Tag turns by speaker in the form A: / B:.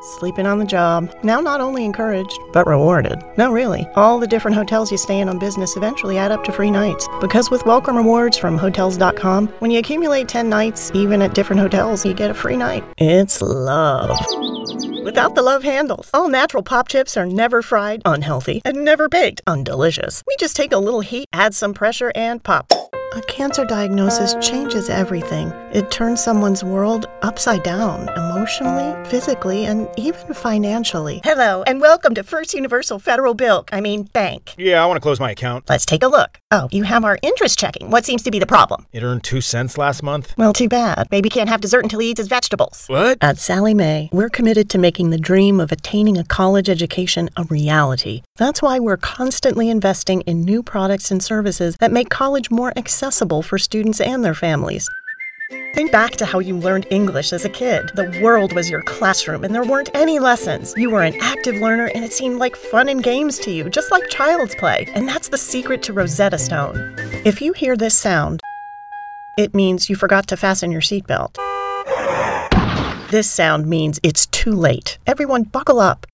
A: sleeping on the job, now not only encouraged, but rewarded. No, really. All the different hotels you stay in on business eventually add up to free nights. Because with welcome rewards from Hotels.com, when you accumulate 10 nights, even at different hotels, you get a free night. It's love. Without the love handles. All natural pop chips are never fried, unhealthy, and never baked, undelicious. We just take a little heat, add some pressure, and pop. A cancer diagnosis changes everything. It turns someone's world upside down, emotionally, physically, and even financially. Hello, and welcome to First Universal Federal Bilk, I mean bank.
B: Yeah, I want to close my account.
A: Let's take a look. Oh, you have our interest checking. What seems to be the problem?
B: It earned two cents last month.
A: Well, too bad. Baby can't have dessert until he eats his vegetables.
B: What?
A: At Sally May, we're committed to making the dream of attaining a college education a reality. That's why we're constantly investing in new products and services that make college more accessible for students and their families. Think back to how you learned English as a kid. The world was your classroom and there weren't any lessons. You were an active learner and it seemed like fun and games to you, just like child's play. And that's the secret to Rosetta Stone. If you hear this sound, it means you forgot to fasten your seatbelt. This sound means it's too late. Everyone, buckle up.